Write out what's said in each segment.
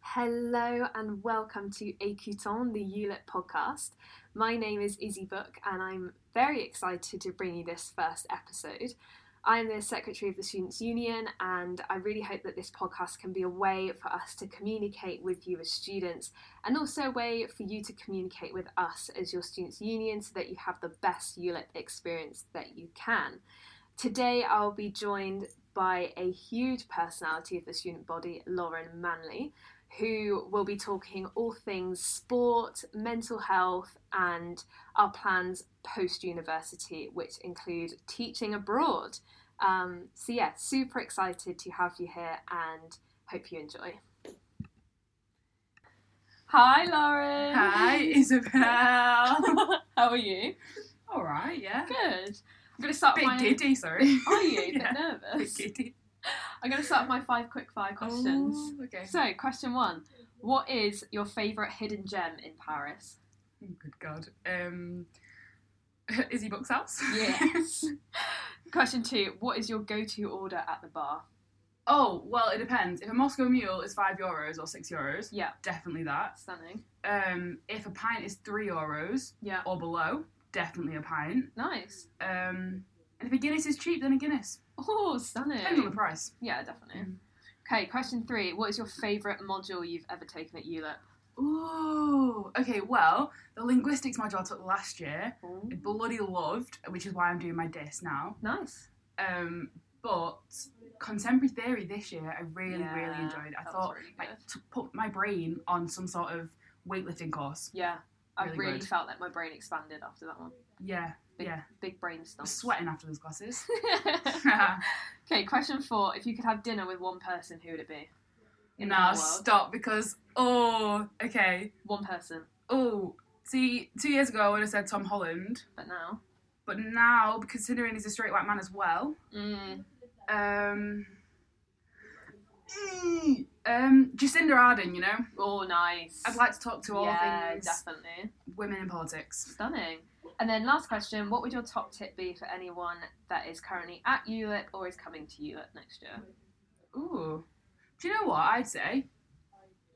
Hello and welcome to Écoutons, the ULIT podcast. My name is Izzy Book and I'm very excited to bring you this first episode. I'm the Secretary of the Students' Union and I really hope that this podcast can be a way for us to communicate with you as students and also a way for you to communicate with us as your Students' Union so that you have the best ULIT experience that you can. Today I'll be joined by a huge personality of the student body, Lauren Manley, who will be talking all things sport, mental health, and our plans post university, which include teaching abroad. Um, so, yeah, super excited to have you here and hope you enjoy. Hi, Lauren. Hi, Isabel. All How are you? right, yeah. Good. I'm going to start Bit my. giddy, sorry. Are you? A bit yeah. Bit nervous. giddy. I'm going to start my five quick fire questions. Oh, okay. So, question one What is your favourite hidden gem in Paris? Oh, Good God. Um, Izzy Book's house. Yes. question two What is your go to order at the bar? oh, well, it depends. If a Moscow Mule is five euros or six euros, Yeah. definitely that. Stunning. Um, if a pint is three euros Yeah. or below, definitely a pint. Nice. Um, and if a Guinness is cheap, then a Guinness. Oh, Depends on the stunning. price. Yeah, definitely. Mm. Okay, question three What is your favourite module you've ever taken at ULIP? Ooh. Okay, well, the linguistics module I took last year, I bloody loved, which is why I'm doing my dis now. Nice. Um, but contemporary theory this year, I really, really Yeah, enjoyed. that I was thought really like, good. to put my brain on some sort of weightlifting course. Yeah. I Really really, good. felt that my brain expanded after that one. Yeah, Big, yeah. big brain I stuff. was sweating after those classes. okay, question four. If you could have dinner with one person, who would it be? In the nah, whole world. stop because oh, okay, One person. oh. See, two years ago I would have said Tom Holland, But now. but now considering he's a straight white man as well, Mm. um, mm, um, Jacinda Ardern, you know, Oh, nice. I'd like to talk to all yeah, things definitely. women in politics. Stunning. And then last question, what would your top tip be for anyone that is currently at ULIP or is coming to ULIP next year? Ooh. Do you know what I'd say?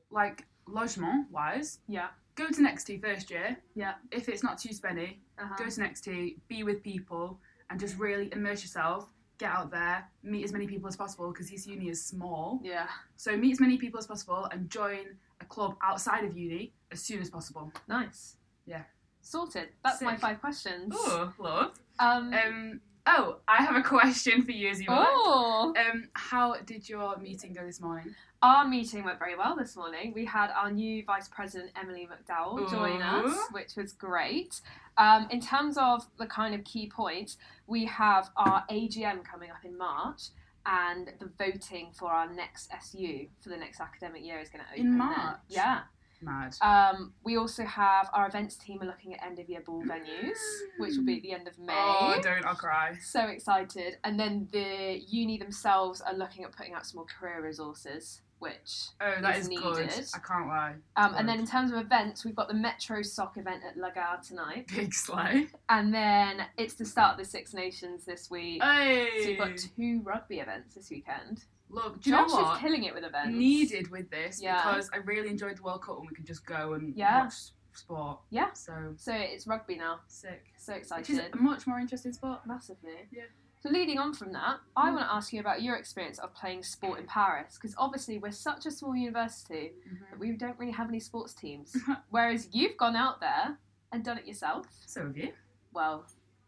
Like lodgement wise, Yeah. go to next T first year. Yeah. If it's not too spenny, Uh-huh. go to next T, be with people, and just really immerse yourself. Get out there, meet as many people as possible because this uni is small. Yeah, So meet as many people as possible and join a club outside of uni as soon as possible. nice. Yeah. Sorted. That's my Sick. five questions. Oh, love. Um, Um. Oh, I have a question for you, as you oh, Um. How did your meeting go this morning? our meeting went very well this morning. We had our new Vice President, Emily McDowell, join us, Ooh. which was great. Um, in terms of the kind of key points, we have our AGM coming up in March and the voting for our next SU for the next academic year is going to open. then. In March? Yeah. Mad. Um, we also have our events team are looking at end of year ball venues, which will be at the end of May. Oh, don't I cry. So excited. And then the uni themselves are looking at putting out some more career resources, which Oh, that is is good. needed. I can't lie. um, and then in terms of events, we've got the Metro Soc event at Lagarde tonight. Big slay. And then it's the start of the Six Nations this week. So Hey. we've got two rugby events this weekend. Look, do you know Josh is what? killing it with events. Needed with this Yeah. because I really enjoyed the World Cup when we could just go and Yeah. watch sport. Yeah. So So it's rugby now. sick. So Which is excited. a much more interesting sport. Massively. Yeah. So leading on from that, I Mm. want to ask you about your experience of playing sport in Paris, because obviously we're such a small university that we don't really have any sports teams. Whereas you've gone out there and done it yourself. So have you? Well,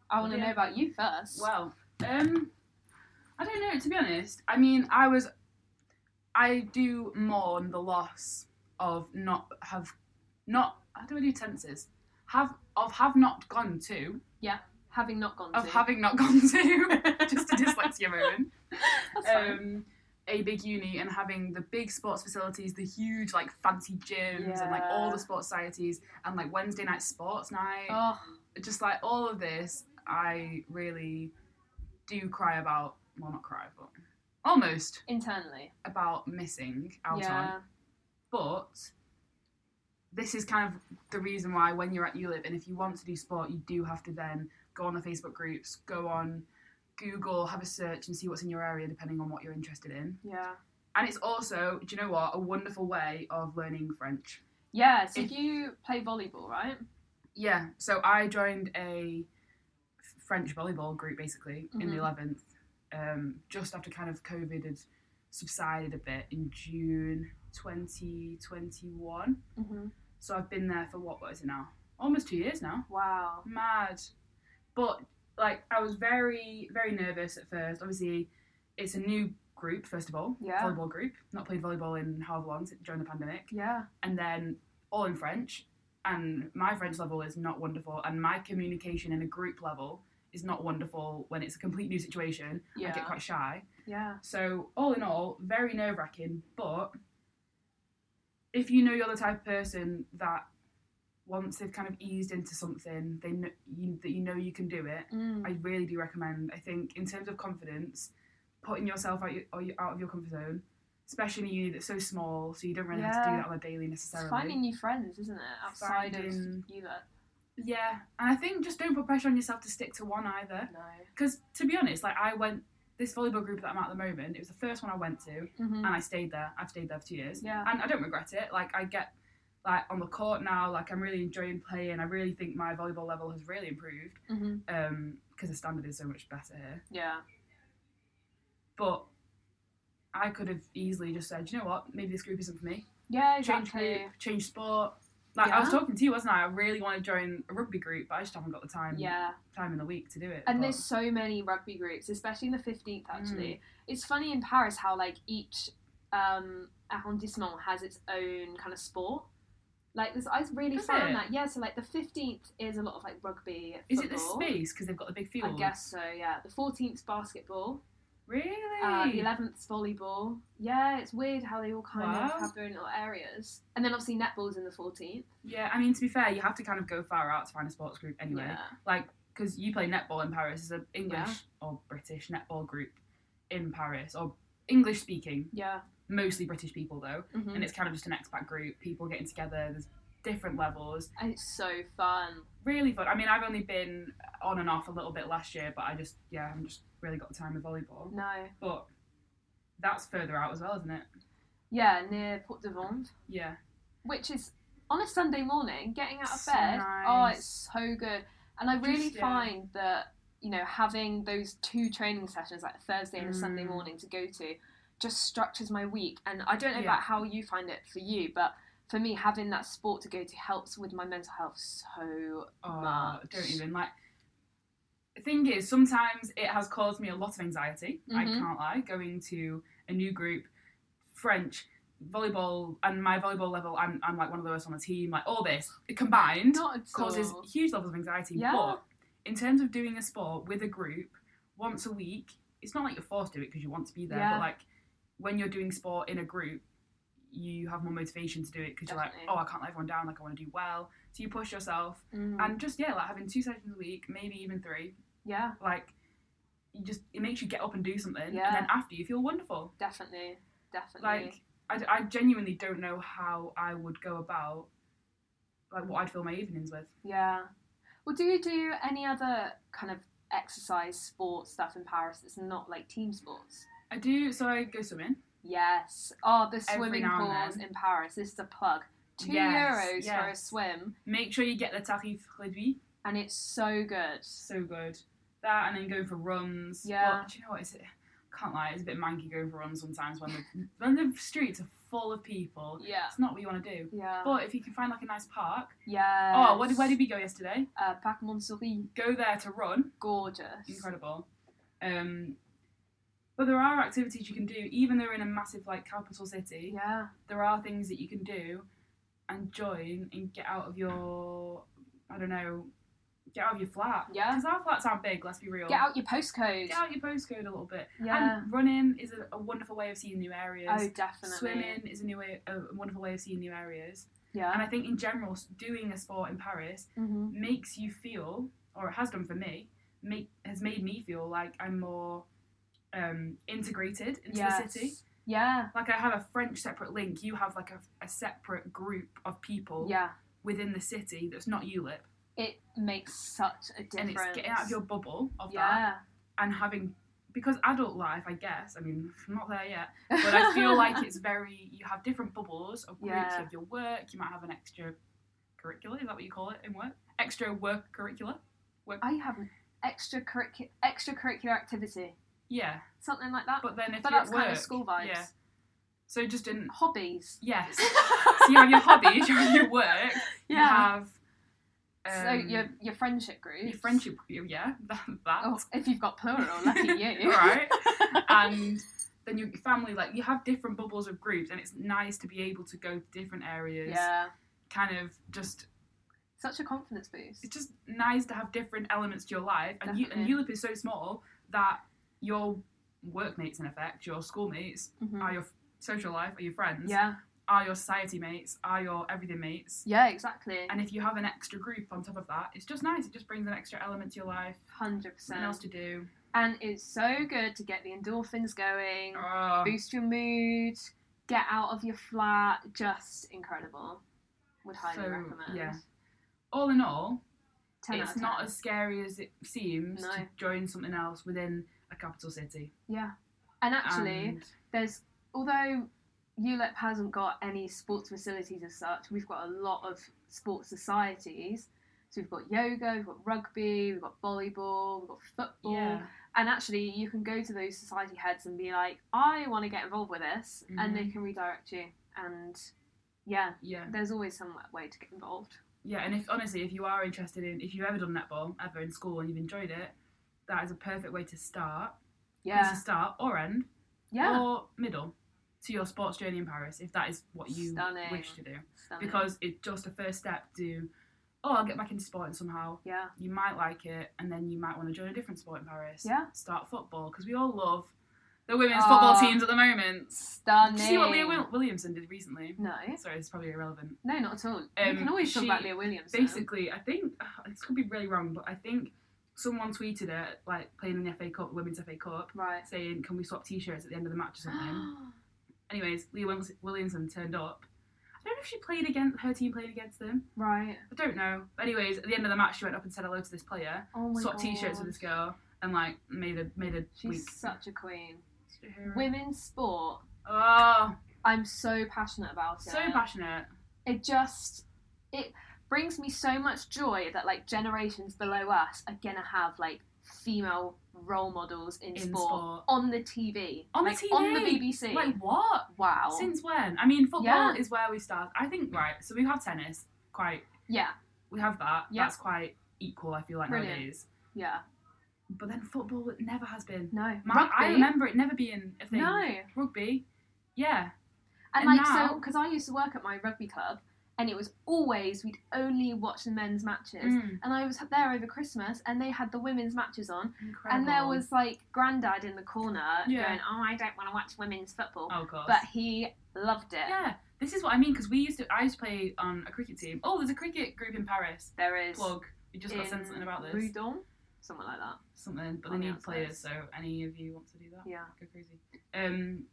I want to Yeah. know about you first. Well, um, I don't know. To be honest, I mean, I was, I do mourn the loss of not have, not how do I do tenses? Have of have not gone to having not gone of to. having not gone to just a dyslexia moment That's fine. um a big uni and having the big sports facilities the huge like fancy gyms and like all Yeah. the sports societies and like wednesday night sports night Oh, just like all of this i really do cry about well not cry but almost internally. about missing out on yeah. but this is kind of the reason why when you're at ULIB and if you want to do sport, you do have to then go on the Facebook groups, go on Google, have a search and see what's in your area depending on what you're interested in. Yeah. And it's also, do you know what, a wonderful way of learning French. Yeah, so If- you play volleyball, right? Yeah, so I joined a f- French volleyball group basically in the Mhm. 11th, um, just after kind of COVID had subsided a bit in June 2021. Mm-hmm. So I've been there for what was it now? Almost two years now. Wow. Mad. But like I was very, very nervous at first. Obviously, it's a new group, first of all. Yeah. Volleyball group. Not played volleyball in however long since- during the pandemic. Yeah. And then all in French. And my French level is not wonderful. And my communication in a group level is not wonderful when it's a complete new situation. I Yeah. get quite shy. Yeah. So all in all, very nerve wracking. But if you know you're the type of person that once they've kind of eased into something, they know you, that you know you can do it. Mm. I really do recommend. I think in terms of confidence, putting yourself out your, or you- out of your comfort zone, especially in a uni that's so small, so you don't really have to do Yeah. that on a daily It's necessarily. finding new friends, isn't it? Outside Finding- of ULEP. Yeah, and I think just don't put pressure on yourself to stick to one either. No. Because to be honest, like I went this volleyball group that I'm at at the moment. It was the first one I went to. Mm-hmm. and I stayed there. I've stayed there for two years. Yeah. And I don't regret it. Like I get like on the court now, like I'm really enjoying playing. I really think my volleyball level has really improved. Mm-hmm. Um, because the standard is so much better here. Yeah. But I could have easily just said, you know what, maybe this group isn't for me. Yeah, Change exactly. group, change sport. Like I was Yeah. talking to you, wasn't I? I really want to join a rugby group, but I just haven't got the time Yeah. time in the week to do it. And But- Mm. there's so many rugby groups, especially in the 15th, actually. It's funny in Paris how, like, each um, arrondissement has its own kind of sport. Like, this, I really Does found it? that. Yeah, so, like, the 15th is a lot of, like, rugby. is it the football. space because they've got the big I field? guess so, yeah. The 14th, basketball. Really? Uh, the 11th, volleyball. Yeah, it's weird how they all kind Wow. of have their own little areas. And then, obviously, netball's in the 14th. yeah. I mean, to be fair, you have to kind of go far out to find a sports group anyway. Yeah. like because you play netball in Paris is an English Yeah. or British netball group in Paris or English speaking, Yeah. mostly British people though, Mhm. and it's kind of just an expat group, people getting together. There's different levels, And it's so fun. really fun. I mean, I've only been on and off a little bit last year, but I just yeah, I'm just really got the time with volleyball. No. But that's further out as well, isn't it? Yeah, near Port de Vendre. Yeah, which is on a Sunday morning, getting out of So bed. nice. Oh, it's so good. And I really Just, yeah. find that you know having those two training sessions, like a Thursday and a Sunday Mm. morning, to go to, just structures my week. And I don't know Yeah. about how you find it for you, but for me, having that sport to go to helps with my mental health so oh, Much. don't even like. The thing is, sometimes it has caused me a lot of anxiety. I Mhm. can't lie. Going to a new group, French, volleyball, and my volleyball level, I'm, I'm like one of the worst on the team. Like all this combined not at causes all. huge levels of anxiety. Yeah. But in terms of doing a sport with a group once a week, it's not like you're forced to do it because you want to be there. Yeah. But like when you're doing sport in a group, you have more motivation to do it because you're like, Definitely. oh, I can't let everyone down. Like I want to do well. So you push yourself Mm. and just yeah like having two sessions a week maybe even three yeah, like you just it makes you get up and do something Yeah. and then after you feel wonderful definitely, definitely. like I, d- I genuinely don't know how i would go about like what i'd fill my evenings with Yeah. Well, do you do any other kind of exercise, sport stuff in Paris that's not like team sports? i do so i go swimming Yes. Oh, the Every swimming now and pools then. in Paris. This is a plug. Two Yes, euros for a yes. swim, make sure you get the tarif réduit and it's so good. so good that and then going for runs Yeah. Well, do you know what is it can't lie it's a bit manky going for runs sometimes when the when the streets are full of people Yeah. it's not what you want to do Yeah. but if you can find like a nice park Yeah. oh where did, where did we go yesterday Uh, Parc Montsouris. go there to run. Gorgeous. Incredible. Um, but there are activities you can do, even though we're in a massive like capital city. Yeah. There are things that you can do and join and get out of your, I don't know, get out of your flat. Yeah. Because our flats aren't big. Let's be real. Get out your postcode. Get out your postcode a little bit. Yeah. And running is a, a wonderful way of seeing new areas. oh, definitely. Swimming is a new way, a wonderful way of seeing new areas. And Yeah. I think in general, s- doing a sport in Paris hmm makes you feel, or it has done for me, make has made me feel like I'm more um, integrated into the city. Yeah. Like I have a French separate link. You have like a, a separate group of people Yeah. within the city that's not ULIP, It makes such a difference. and it's getting out of your bubble of that yeah. and having because adult life, I guess, I mean, I'm not there yet, but I feel like it's very, you have different bubbles of groups, Yeah. you have your work, you might have an extra curricula, is that what you call it in work? Extra work curricula? Work, I have an extracurricular extracurricular activity, yeah, something like that. But, but then if you're that's at work, kind of school vibes. yeah. so just in, Hobbies. yes, so you have your hobbies, you have your work, yeah. you have so um, your your friendship groups. your friendship, yeah, that, that. Oh, if you've got plural, lucky you. right? and then your family, like you have different bubbles of groups, and it's nice to be able to go to different areas. Yeah. Kind of just, Such a confidence boost. it's just nice to have different elements to your life. And you, and ULIP is so small that your workmates, in effect, your schoolmates, Mhm. are your f- social life, are your friends, Yeah. are your society mates, are your everything mates. Yeah. Exactly. And if you have an extra group on top of that, it's just nice. It just brings an extra element to your life, Hundred something else percent. to do. And it's so good to get the endorphins going, Oh, boost your mood, get out of your flat. Just incredible. Would highly So, recommend. yeah. all in all, 10 out it's of not 10. as scary as it seems to No. join something else within a capital city. Yeah. And actually, And there's although ULEP hasn't got any sports facilities as such, we've got a lot of sports societies. So we've got yoga, we've got rugby, we've got volleyball, we've got football. yeah, And actually you can go to those society heads and be like, I want to get involved with this and Mm-hmm. they can redirect you. And yeah, yeah, there's always some way to get involved. yeah. And if honestly, if you are interested in, if you've ever done netball ever in school and you've enjoyed it, that is a perfect way to start. Place Yeah. To start or end Yeah. or middle to your sports journey in Paris, if that is what you Stunning. wish to do, Stunning. because it's just a first step to, oh, I'll get back into sporting somehow. yeah. You might like it, and then you might want to join a different sport in Paris. Yeah. Start football because we all love the women's football Ah. teams at the moment. Stunning. Did you see what Leah Wil- Williamson did recently? No. Sorry, it's probably irrelevant. No, not at all. you Um, can always talk she about Leah Williams. though. Basically, I think ugh, this could be really wrong, but I think someone tweeted it, like playing in the FA Cup, Women's FA Cup, Right. saying, "Can we swap T-shirts at the end of the match or something?" Anyways, Leah Wil- Williamson turned up. I don't know if she played against her team played against them. right. I don't know. But anyways, at the end of the match, she went up and said hello to this player, Oh my swapped God. T-shirts with this girl, and like made a made a She's week. such a queen. She's a hero. Women's sport, Oh, I'm so passionate about it. so passionate. It just it brings me so much joy that like generations below us are gonna have like female role models in, In sport, sport. on the TV, On the like, on the TV. BBC. Like what? wow. Since when? I mean, football Yeah. is where we start. I think right. So we have tennis. Quite. yeah, We have that. Yeah. That's quite equal. I feel like Brilliant. nowadays. yeah. But then football it never has been. No, My- rugby. I remember it never being a thing. No, and, Rugby. Yeah. And like so now- because I used to work at my rugby club, and it was always we'd only watch the men's matches. Mm. And I was there over Christmas, and they had the women's matches on, Incredible. And there was like granddad in the corner Yeah. going, "Oh, I don't want to watch women's football," Oh god. but he loved it. yeah. This is what I mean because we used to. I used to play on a cricket team. Oh, there's a cricket group in Paris. There is Plug. You just got sent in something about this. Meudon, something like that. Something. But on they the need outside. players. So any of you want to do that? Yeah. go crazy. Um,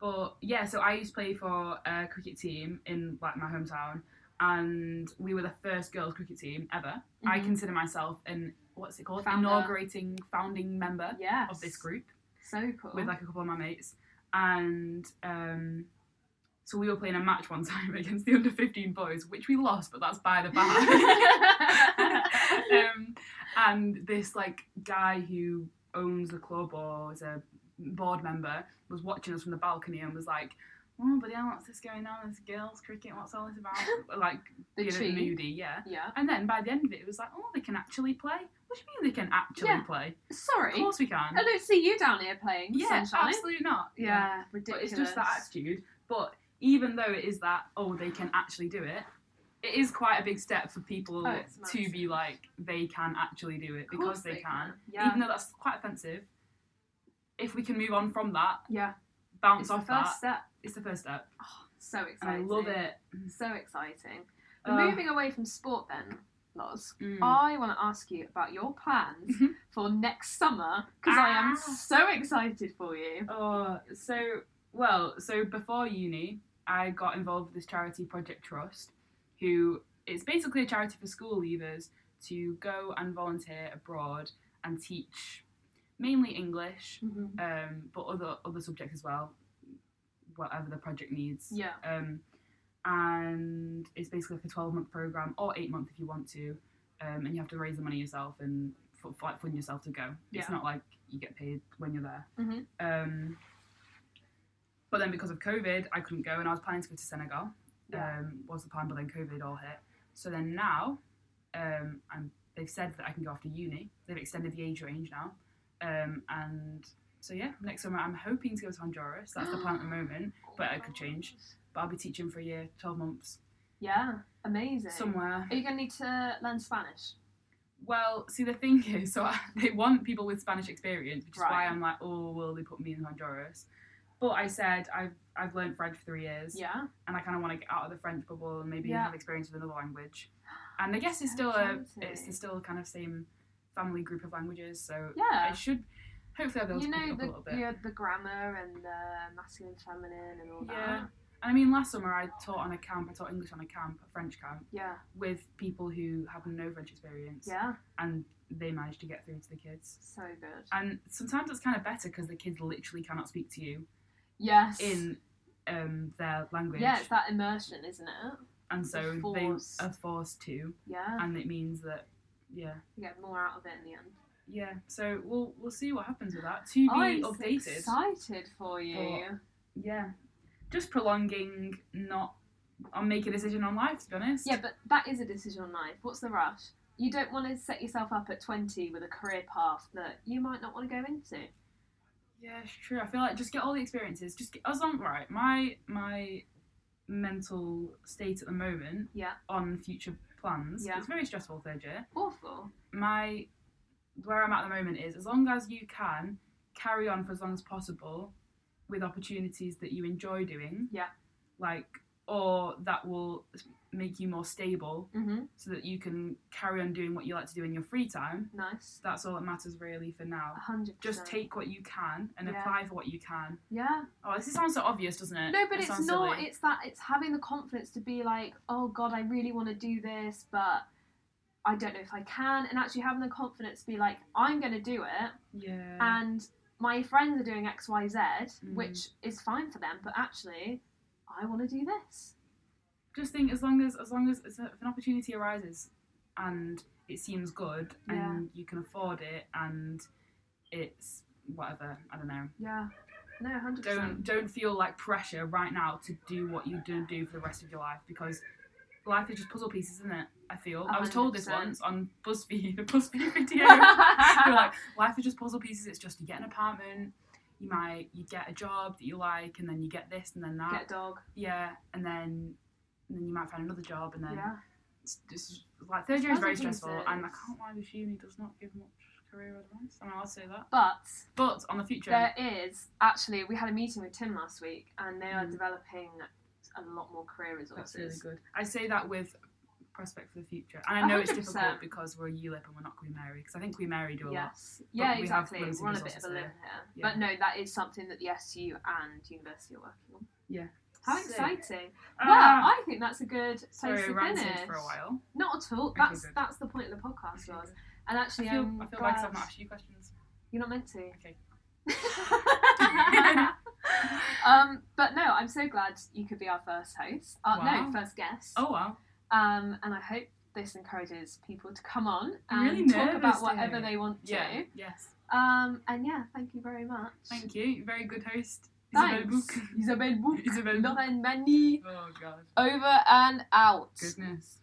but yeah, so I used to play for a cricket team in like my hometown, and we were the first girls cricket team ever. I Mhm. consider myself an what's it called Founder. inaugurating founding member Yes. of this group So cool. with like a couple of my mates, and um, so we were playing a match one time against the under fifteen boys, which we lost, but that's by the by. um, and this like guy who owns the club or is a board member was watching us from the balcony and was like, "Oh, but yeah, what's this going on? This girls' cricket? What's all this about?" like the being a tree. bit moody, yeah. Yeah. And then by the end of it, it was like, "Oh, they can actually play." What do you mean they can actually Yeah. play? Of Sorry, course we can. I don't see you down here playing. Yeah, sunshine. absolutely not. Yeah, But ridiculous. it's just that attitude. But even though it is that, oh, they can actually do it, it is quite a big step for people Oh, it's to be massive. like, they can actually do it Of course because they, can. Yeah. Even though that's quite offensive, if we can move on from that, yeah. bounce It's the off first that, step. it's the first step. So And I exciting. love it. So exciting. But Uh, moving away from sport, then, Loz. mm. I want to ask you about your plans Mhm. for next summer because I am Ah. so excited for you. Oh, so well, so before uni, I got involved with this charity Project Trust, who it's basically a charity for school leavers to go and volunteer abroad and teach mainly English, hmm um, but other other subjects as well, whatever the project needs. Yeah. Um, and it's basically like a 12 month program or eight month if you want to, um, and you have to raise the money yourself and f- f- like fund yourself to go. It's Yeah. not like you get paid when you're there. Mhm. Um, but then because of COVID, I couldn't go, and I was planning to go to Senegal. Yeah. Um, was the plan, but then COVID all hit. So then now, um, and they've said that I can go after uni. They've extended the age range now, um, and so yeah, next summer I'm hoping to go to Honduras. That's the plan at the moment, but it could change. But I'll be teaching for a year, twelve months, Yeah, amazing. somewhere. Are you going to need to learn Spanish? Well, see, the thing is, so I, they want people with Spanish experience, which is why Right. I'm like, oh, will they put me in Honduras? But I said I've I've learned French for three years, Yeah. and I kind of want to get out of the French bubble and maybe Yeah. have experience with another language. And I guess it's still a it's still kind of same family group of languages, so Yeah. I should hopefully I'll be able to You pick it know up a little bit. the, yeah, the grammar and the masculine, feminine, and all Yeah. that. And I mean, last summer I taught on a camp. I taught English on a camp, a French camp, Yeah. with people who have no French experience, Yeah. and they managed to get through to the kids. So good. And sometimes it's kind of better because the kids literally cannot speak to you Yes. in um, their language, yeah, it's that immersion, isn't it? and so force. they are forced to, Yeah. and it means that, yeah. You get more out of it in the end. Yeah, so we'll we'll see what happens with that. To be I'm so updated. excited for you. But- Yeah, just prolonging, not. I'll make a decision on life. To be honest. Yeah, but that is a decision on life. What's the rush? You don't want to set yourself up at 20 with a career path that you might not want to go into. Yeah, it's true. I feel like just get all the experiences. Just get, as long right. My my mental state at the moment. Yeah. On future plans. Yeah. It's very stressful third year. Awful. My where I'm at the moment is as long as you can carry on for as long as possible with opportunities that you enjoy doing. Yeah. Like or that will make you more stable Mm-hmm. so that you can carry on doing what you like to do in your free time. Nice. That's all that matters really for now. 100%. Just take what you can and Yeah. apply for what you can. Yeah. Oh, this sounds so obvious, doesn't it? No, but It it's sounds not. silly. It's that it's having the confidence to be like, oh God, I really want to do this, but I don't know if I can. And actually having the confidence to be like, I'm going to do it, yeah. and my friends are doing X, Y, Z, Mm. which is fine for them, but actually, I want to do this. Just think, as long as as long as it's a, if an opportunity arises, and it seems good, and you can afford it, and it's whatever. I don't know. Yeah. No, hundred Don't percent. don't feel like pressure right now to do what you do do for the rest of your life because life is just puzzle pieces, isn't it? I feel. I was told this 100%. once on BuzzFeed, a BuzzFeed video. You're like, life is just puzzle pieces. It's just you get an apartment, you might you get a job that you like, and then you get this and then that. Get a dog. yeah, and then and then you might find another job, and then Yeah. it's, it's like third year That's is very what he stressful. And I says. can't lie with you, he does not give much career advice. I mean, I'll say that. But But on the future, there is actually we had a meeting with Tim last week, and they are Mm. developing a lot more career that's really resources. good. I say that with prospect for the future, and I know it's 100%. difficult because we're a ULIP and we're not Queen Mary. Because I think Queen Mary do a lot. Yes. Yeah, we have exactly. limited We're on a bit of resources a limb there. here. Yeah. But no, that is something that the SU and university are working on. Yeah. How Sick. exciting. Well, Ah! I think that's a good place sorry, I to ranted finish. for a while. Not at all. Okay, That's good. that's the point of the podcast was. And I actually feel, I'm I feel glad like I've not asked you questions. you're not meant to. Okay. um, but no, I'm so glad you could be our first host. Uh, Wow. No, first guest. Oh wow. Um, and I hope this encourages people to come on and I'm really talk nervous, about whatever dear. they want to. Yeah. Yes. Um, and yeah, thank you very much. Thank you. Very good host. Isabel Thanks. Book. Isabel Book. Isabel Book. Lauren Manny. Oh god. Over and out. Goodness.